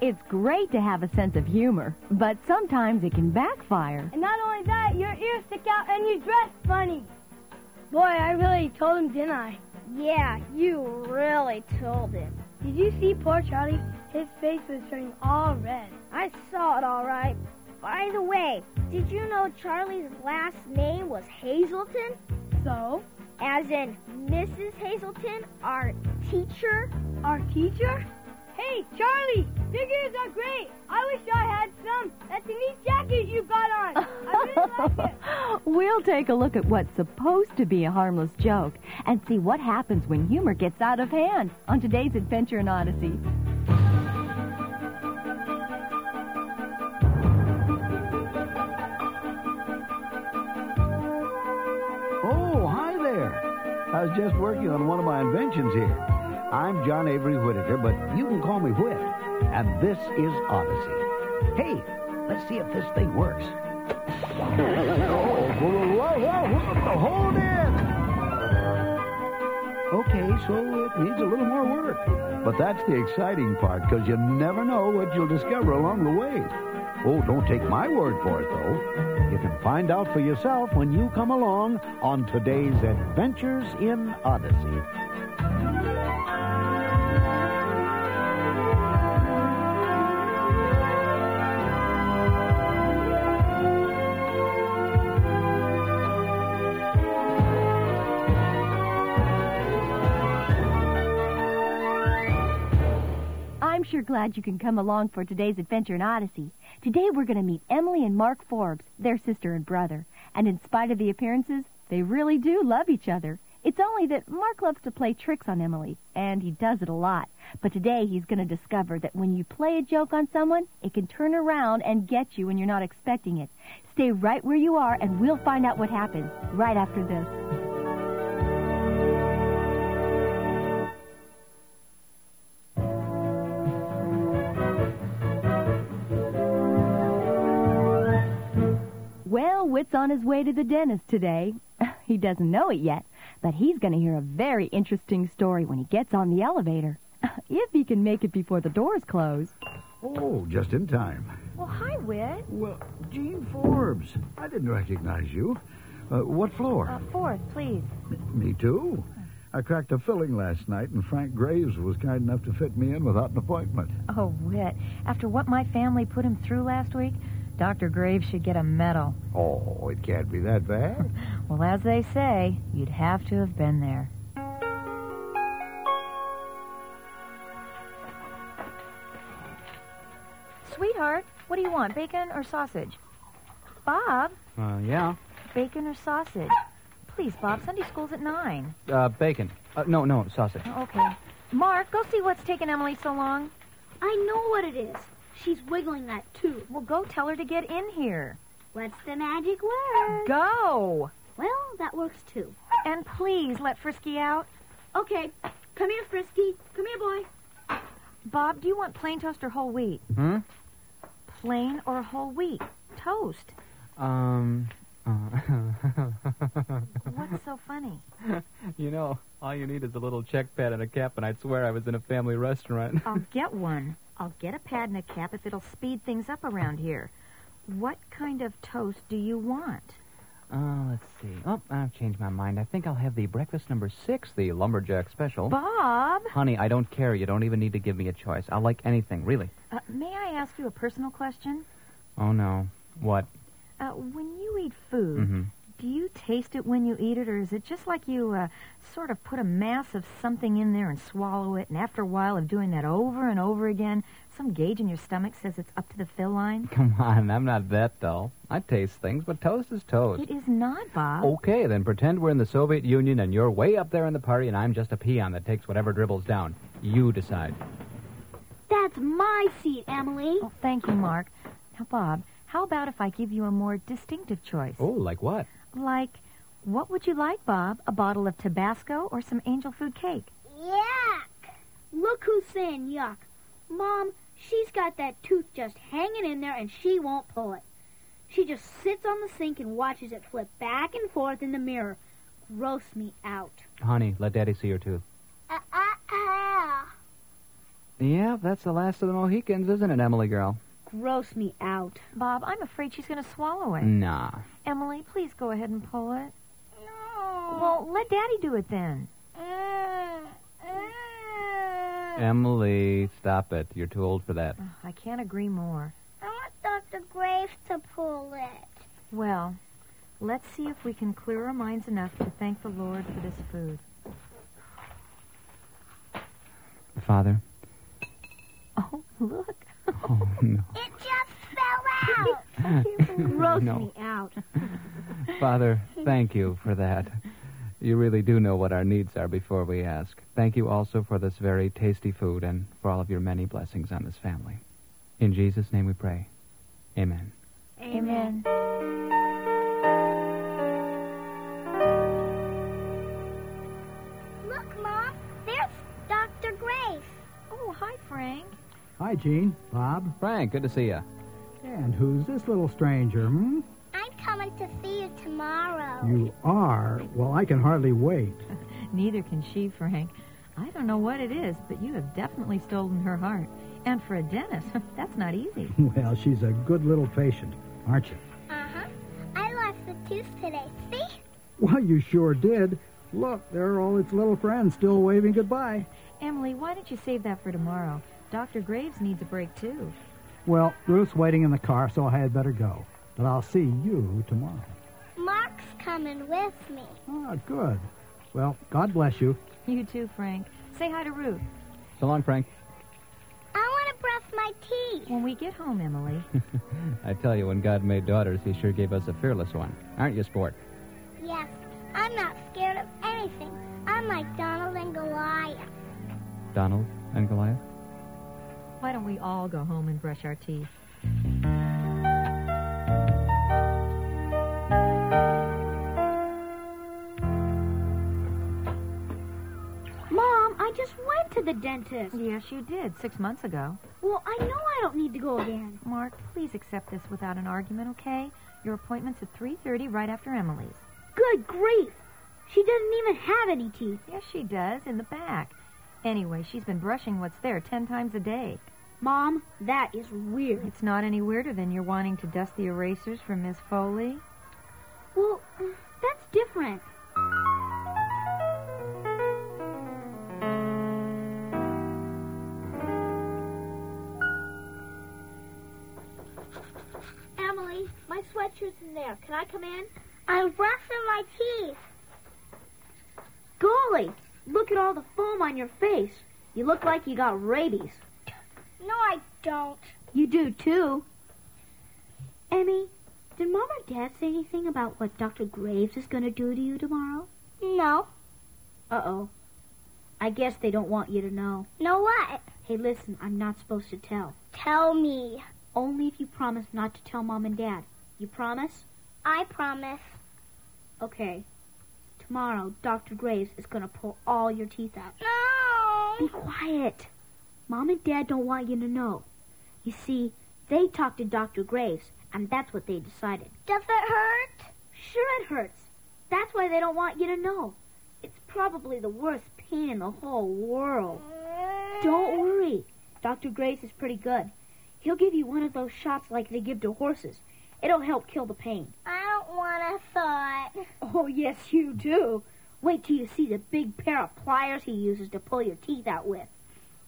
It's great to have a sense of humor, but sometimes it can backfire. And not only that, your ears stick out and you dress funny. Boy, I really told him, didn't I? Yeah, you really told him. Did you see poor Charlie? His face was turning all red. I saw it all right. By the way, did you know Charlie's last name was Hazelton? So, As in Mrs. Hazelton, our teacher? our teacher? Hey, Charlie, figures are great. I wish I had some. That's a neat jacket you got on. I really like it. we'll take a look at what's supposed to be a harmless joke and see what happens when humor gets out of hand on today's Adventure in Odyssey. Oh, hi there. I was just working on one of my inventions here. I'm John Avery Whittaker, but you can call me Whit. And this is Odyssey. Hey, let's see if this thing works. Oh, whoa, whoa, whoa, hold it! Okay, so it needs a little more work. But that's the exciting part, because you never know what you'll discover along the way. Oh, don't take my word for it, though. You can find out for yourself when you come along on today's Adventures in Odyssey. I'm sure glad you can come along for today's Adventure in Odyssey. Today we're going to meet Emily and Mark Forbes, their sister and brother. And in spite of the appearances, they really do love each other. It's only that Mark loves to play tricks on Emily, and he does it a lot. But today he's going to discover that when you play a joke on someone, it can turn around and get you when you're not expecting it. Stay right where you are, and we'll find out what happens right after this. Well, Wit's on his way to the dentist today. he doesn't know it yet, but he's going to hear a very interesting story when he gets on the elevator. if he can make it before the doors close. Oh, just in time. Well, hi, Whit. Well, Gene Forbes, I didn't recognize you. Uh, what floor? fourth, please. Me too. I cracked a filling last night, and Frank Graves was kind enough to fit me in without an appointment. Oh, Whit, after what my family put him through last week, Dr. Graves should get a medal. Oh, it can't be that bad. Well, as they say, you'd have to have been there. Sweetheart, what do you want, bacon or sausage? Bob, Uh, yeah. bacon or sausage? Please, Bob, Sunday school's at 9. Uh, bacon. Uh, no, no, sausage. Okay. Mark, go see what's taken Emily so long. I know what it is. She's wiggling that tube. Well, go tell her to get in here. What's the magic word? Go! Well, that works too. And please let Frisky out. Okay, come here, Frisky. Come here, boy. Bob, do you want plain toast or whole wheat? Hmm? Plain or whole wheat? Toast. Um. Uh, What's so funny? you know, all you need is a little check pad and a cap, and I'd swear I was in a family restaurant. I'll get one. I'll get a pad and a cap if it'll speed things up around here. What kind of toast do you want? Uh, let's see. Oh, I've changed my mind. I think I'll have the breakfast number six, the lumberjack special. Bob! Honey, I don't care. You don't even need to give me a choice. I'll like anything, really. Uh, may I ask you a personal question? Oh, no. What? Uh, when you eat food, Mm-hmm. do you taste it when you eat it, or is it just like you uh, sort of put a mass of something in there and swallow it, and after a while of doing that over and over again, some gauge in your stomach says it's up to the fill line? Come on, I'm not that dull. I taste things, but toast is toast. It is not, Bob. Okay, then pretend we're in the Soviet Union and you're way up there in the party and I'm just a peon that takes whatever dribbles down. You decide. That's my seat, Emily. Oh, thank you, Mark. Now, Bob, how about if I give you a more distinctive choice? Oh, like what? Like, what would you like, Bob? A bottle of Tabasco or some angel food cake? Yuck! Look who's saying yuck. Mom, she's got that tooth just hanging in there and she won't pull it. She just sits on the sink and watches it flip back and forth in the mirror. Gross me out. Uh, Honey, let Daddy see your tooth. Uh, uh, uh. Yeah, that's the last of the Mohicans, isn't it, Emily girl? Gross me out. Bob, I'm afraid she's going to swallow it. Nah. Emily, please go ahead and pull it. No. Well, let Daddy do it then. Emily, stop it. You're too old for that. Ugh, I can't agree more. I want Dr. Graves to pull it. Well, let's see if we can clear our minds enough to thank the Lord for this food. Father? Oh, look. Oh, no. It just fell out. Gross No. me out. Father, thank you for that. You really do know what our needs are before we ask. Thank you also for this very tasty food and for all of your many blessings on this family. In Jesus' name we pray. Amen. Amen. Look, Mom, there's Dr. Graves. Oh, hi, Frank. Hi, Gene. Bob. Frank, good to see you. And who's this little stranger, hmm? I'm coming to see you tomorrow. You are? Well, I can hardly wait. Neither can she, Frank. I don't know what it is, but you have definitely stolen her heart. And for a dentist, that's not easy. Well, she's a good little patient, aren't you? Uh-huh. I lost the tooth today. See? Well, you sure did. Look, there are all its little friends still waving goodbye. Emily, why don't you save that for tomorrow? Dr. Graves needs a break, too. Well, Ruth's waiting in the car, so I had better go. But I'll see you tomorrow. Mark's coming with me. Ah, good. Well, God bless you. You too, Frank. Say hi to Ruth So long, Frank. I want to brush my teeth. when we get home, Emily. I tell you, when God made daughters, he sure gave us a fearless one. Aren't you, sport? Yes, I'm not scared of anything. I'm like Donald and Goliath. Donald and Goliath? Why don't we all go home and brush our teeth? Mom, I just went to the dentist. Yes, you did, six months ago. Well, I know I don't need to go again. Mark, please accept this without an argument, okay? Your appointment's at 3.30 right after Emily's. Good grief. She doesn't even have any teeth. Yes, she does, in the back. Anyway, she's been brushing what's there ten times a day. Mom, that is weird. It's not any weirder than you're wanting to dust the erasers for Miss Foley. Well, that's different. Emily, my sweatshirt's in there. Can I come in? I'm brushing my teeth. Golly, look at all the foam on your face. You look like you got rabies. No, I don't. You do too. Emmy, did Mom or Dad say anything about what Dr. Graves is going to do to you tomorrow? No. Uh oh. I guess they don't want you to know. No what? Hey, listen, I'm not supposed to tell. Tell me. Only if you promise not to tell Mom and Dad. You promise? I promise. Okay. Tomorrow, Dr. Graves is going to pull all your teeth out. Be No. quiet. Mom and Dad don't want you to know. You see, they talked to Dr. Graves, and that's what they decided. Does it hurt? Sure, it hurts. That's why they don't want you to know. It's probably the worst pain in the whole world. Don't worry. Dr. Graves is pretty good. He'll give you one of those shots like they give to horses. It'll help kill the pain. I don't want a thought. Oh, yes, you do. Wait till you see the big pair of pliers he uses to pull your teeth out with.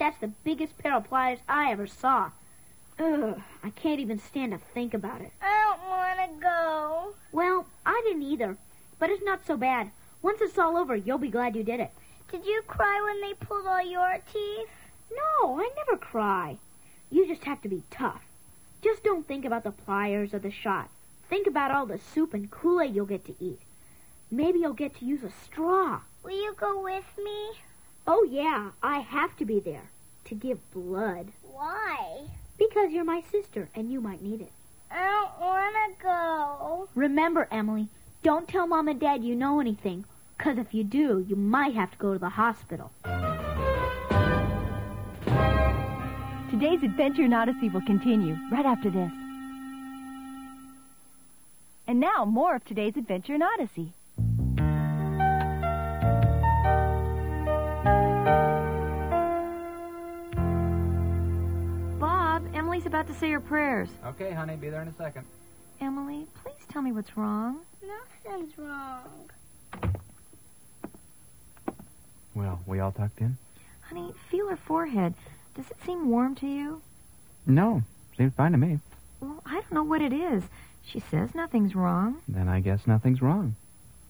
That's the biggest pair of pliers I ever saw. Ugh, I can't even stand to think about it. I don't want to go. Well, I didn't either, but it's not so bad. Once it's all over, you'll be glad you did it. Did you cry when they pulled all your teeth? No, I never cry. You just have to be tough. Just don't think about the pliers or the shot. Think about all the soup and Kool-Aid you'll get to eat. Maybe you'll get to use a straw. Will you go with me? Oh, yeah, I have to be there to give blood Why? because you're my sister and you might need it. I don't want to go. Remember, Emily, don't tell Mom and Dad you know anything, 'cause if you do, you might have to go to the hospital. Today's adventure in Odyssey will continue right after this. And now, more of today's adventure in Odyssey. Emily's about to say her prayers. Okay, honey, be there in a second. Emily, please tell me what's wrong. Nothing's wrong. Well, we all tucked in? Honey, feel her forehead. Does it seem warm to you? No. Seems fine to me. Well, I don't know what it is. She says nothing's wrong. Then I guess nothing's wrong.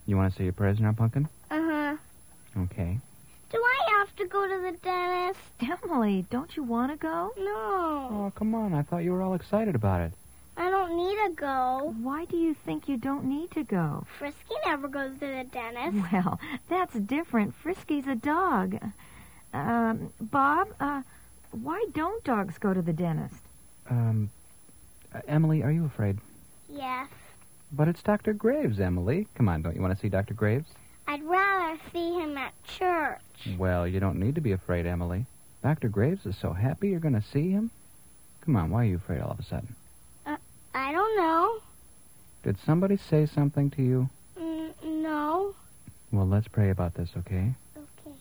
You want to say your prayers now, Pumpkin? Uh huh. Okay. Do I have to go to the dentist? Emily, don't you want to go? No. Oh, come on. I thought you were all excited about it. I don't need to go. Why do you think you don't need to go? Frisky never goes to the dentist. Well, that's different. Frisky's a dog. Um, Bob, uh, why don't dogs go to the dentist? Um, uh, Emily, are you afraid? Yes. But it's Dr. Graves, Emily. Come on, don't you want to see Dr. Graves? I'd rather see him at church. Well, you don't need to be afraid, Emily. Dr. Graves is so happy you're going to see him. Come on, why are you afraid all of a sudden? I don't know. Did somebody say something to you? Mm, no. Well, let's pray about this, okay? Okay.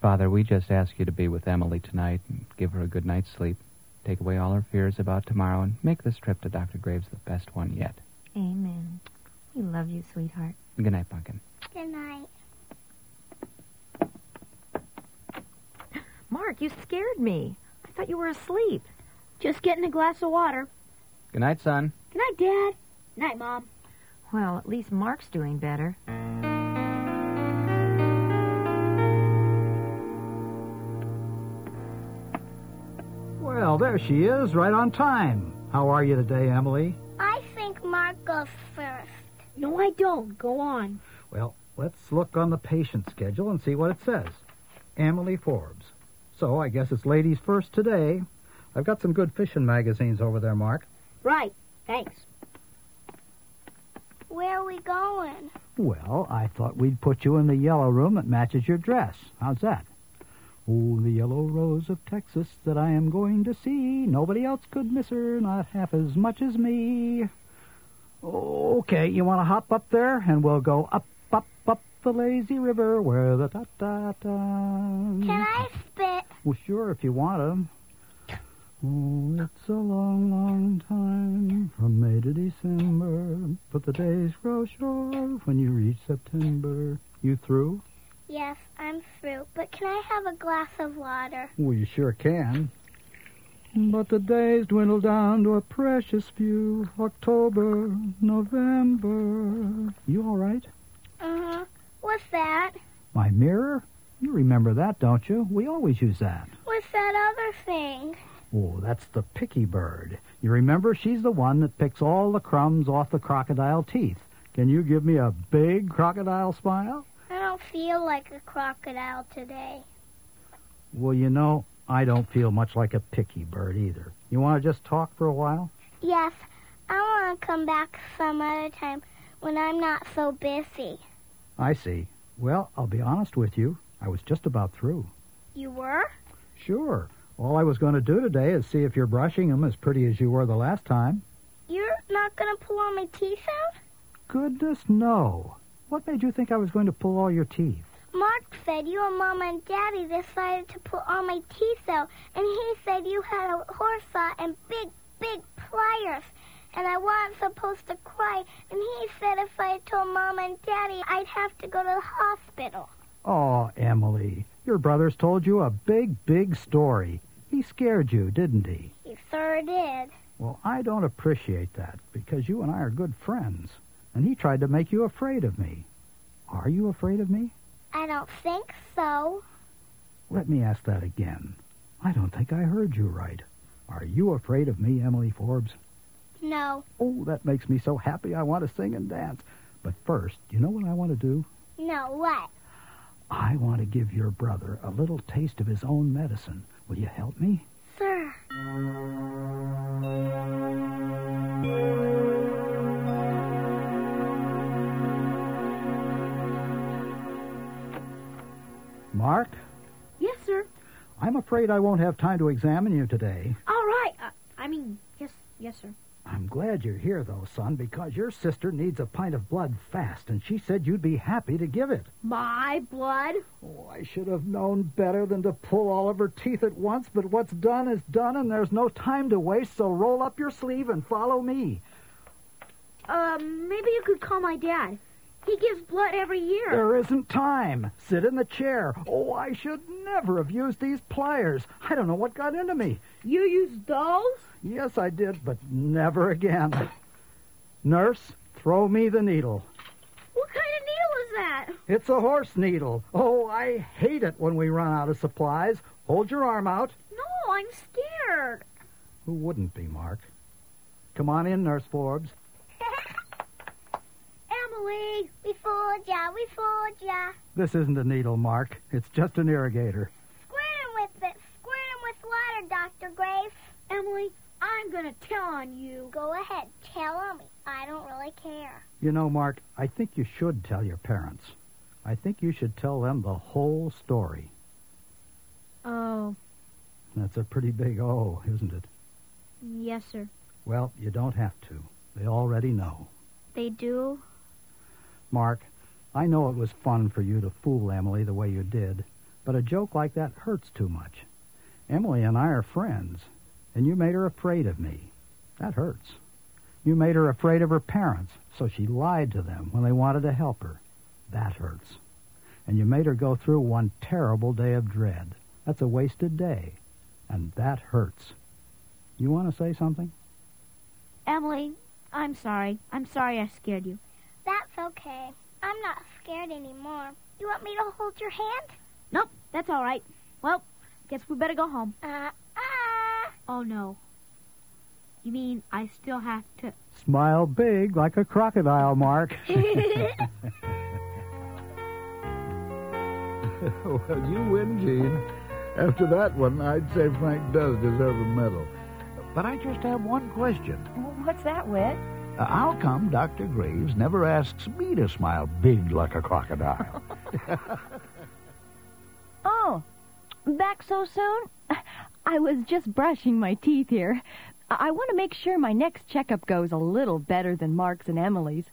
Father, we just ask you to be with Emily tonight and give her a good night's sleep. Take away all her fears about tomorrow and make this trip to Dr. Graves the best one yet. Amen. We love you, sweetheart. Good night, Pumpkin. Good night. Mark, you scared me. I thought you were asleep. Just getting a glass of water. Good night, son. Good night, Dad. Night, Mom. Well, at least Mark's doing better. Well, there she is, right on time. How are you today, Emily? I think Mark goes first. No, I don't. Go on. Well, let's look on the patient schedule and see what it says. Emily Forbes. So I guess it's ladies first today. I've got some good fishing magazines over there, Mark. Right. Thanks. Where are we going? Well, I thought we'd put you in the yellow room that matches your dress. How's that? Oh, the yellow rose of Texas that I am going to see. Nobody else could miss her, not half as much as me. Okay, you want to hop up there, and we'll go up, up, up the lazy river where the da da da. Can I spit? Well, sure, if you want 'em. Oh, it's a long, long time from May to December, but the days grow short when you reach September. You through? Yes, I'm through. But can I have a glass of water? Well, you sure can. But the days dwindle down to a precious few. October, November. You all right? Uh huh. What's that? My mirror? You remember that, don't you? We always use that. What's that other thing? Oh, that's the picky bird. You remember she's the one that picks all the crumbs off the crocodile teeth. Can you give me a big crocodile smile? I don't feel like a crocodile today. Well, you know, I don't feel much like a picky bird either. You want to just talk for a while? Yes, I want to come back some other time when I'm not so busy. I see. Well, I'll be honest with you. I was just about through. You were? Sure. All I was going to do today is see if you're brushing them as pretty as you were the last time. You're not going to pull all my teeth out? Goodness, no. What made you think I was going to pull all your teeth? Mark said you and Mom and Daddy decided to pull all my teeth out, and he said you had a horse saw and big, big pliers, and I wasn't supposed to cry, and he said if I told Mom and Daddy, I'd have to go to the hospital. Oh, Emily, your brother's told you a big, big story. He scared you, didn't he? He sure did. Well, I don't appreciate that because you and I are good friends, and he tried to make you afraid of me. Are you afraid of me? I don't think so. Let me ask that again. I don't think I heard you right. Are you afraid of me, Emily Forbes? No, Oh, that makes me so happy I want to sing and dance. But first, you know what I want to do? no, what? I want to give your brother a little taste of his own medicine. Will you help me? Sir. Mark, Yes, sir. I'm afraid I won't have time to examine you today. All right. Uh, I mean, yes, yes, sir. I'm glad you're here, though, son, because your sister needs a pint of blood fast, and she said you'd be happy to give it. My blood? Oh, I should have known better than to pull all of her teeth at once, but what's done is done, and there's no time to waste, so roll up your sleeve and follow me. Um, maybe you could call my dad. He gives blood every year. There isn't time. Sit in the chair. Oh, I should never have used these pliers. I don't know what got into me. You use those? Yes, I did, but never again. Nurse, throw me the needle. What kind of needle is that? It's a horse needle. Oh, I hate it when we run out of supplies. Hold your arm out. No, I'm scared. Who wouldn't be, Mark? Come on in, Nurse Forbes. Emily, We fooled ya, we fooled ya. This isn't a needle, Mark. It's just an irrigator. Squirt 'em with it, squirt 'em with water, Dr. Graves. Emily, I'm going to tell on you. Go ahead, tell 'em. I don't really care. You know, Mark, I think you should tell your parents. I think you should tell them the whole story. Oh, That's a pretty big O, isn't it? yes, sir. Well, you don't have to. They already know. They do. Mark, I know it was fun for you to fool Emily the way you did, but a joke like that hurts too much. Emily and I are friends, and you made her afraid of me. That hurts. You made her afraid of her parents, so she lied to them when they wanted to help her. That hurts. And you made her go through one terrible day of dread. That's a wasted day, and that hurts. You want to say something? Emily, I'm sorry. I'm sorry I scared you. That's okay. I'm not scared anymore. You want me to hold your hand? Nope, that's all right. Well, guess we better go home. Uh, ah. Oh, no. You mean I still have to. Smile big like a crocodile, Mark. well, you win, Gene. After that one, I'd say Frank does deserve a medal. But I just have one question. What's that, Wit? Uh, how come Dr. Graves never asks me to smile big like a crocodile? Oh, back so soon? I was just brushing my teeth here. I want to make sure my next checkup goes a little better than Mark's and Emily's.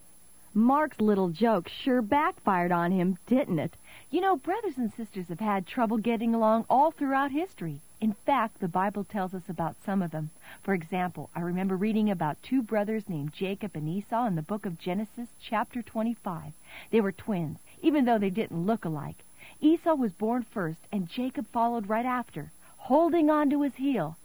Mark's little joke sure backfired on him, didn't it? You know, brothers and sisters have had trouble getting along all throughout history. In fact, the Bible tells us about some of them. For example, I remember reading about two brothers named Jacob and Esau in the book of Genesis, chapter 25. They were twins, even though they didn't look alike. Esau was born first, and Jacob followed right after, holding on to his heel.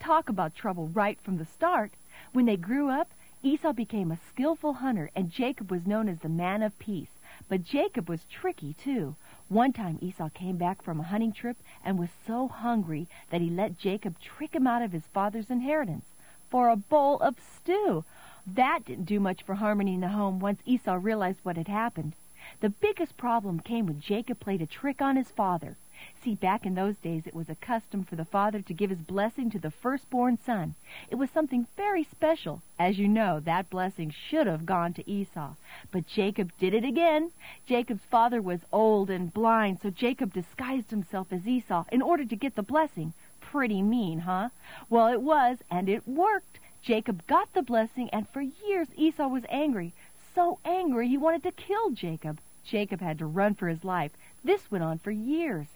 Talk about trouble right from the start. When they grew up, Esau became a skillful hunter, and Jacob was known as the man of peace. But Jacob was tricky, too. One time Esau came back from a hunting trip and was so hungry that he let Jacob trick him out of his father's inheritance for a bowl of stew. That didn't do much for harmony in the home once Esau realized what had happened. The biggest problem came when Jacob played a trick on his father. See, back in those days, it was a custom for the father to give his blessing to the firstborn son. It was something very special. As you know, that blessing should have gone to Esau. But Jacob did it again. Jacob's father was old and blind, so Jacob disguised himself as Esau in order to get the blessing. Pretty mean, huh? Well, it was, and it worked. Jacob got the blessing, and for years Esau was angry. So angry he wanted to kill Jacob. Jacob had to run for his life. This went on for years.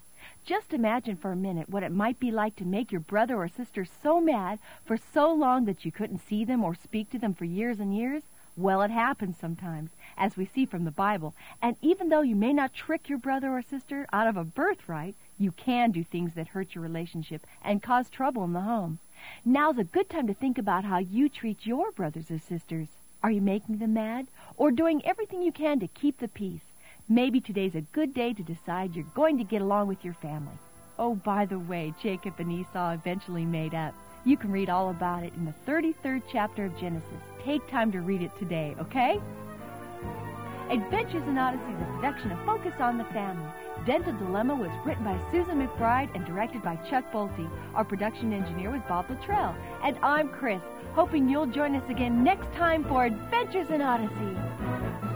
Just imagine for a minute what it might be like to make your brother or sister so mad for so long that you couldn't see them or speak to them for years and years. Well, it happens sometimes, as we see from the Bible. And even though you may not trick your brother or sister out of a birthright, you can do things that hurt your relationship and cause trouble in the home. Now's a good time to think about how you treat your brothers or sisters. Are you making them mad or doing everything you can to keep the peace? Maybe today's a good day to decide you're going to get along with your family. Oh, by the way, Jacob and Esau eventually made up. You can read all about it in the 33rd chapter of Genesis. Take time to read it today, okay? Adventures in Odyssey is a production of Focus on the Family. Dental Dilemma was written by Susan McBride and directed by Chuck Bolte. Our production engineer was Bob Luttrell. And I'm Chris, hoping you'll join us again next time for Adventures in Odyssey.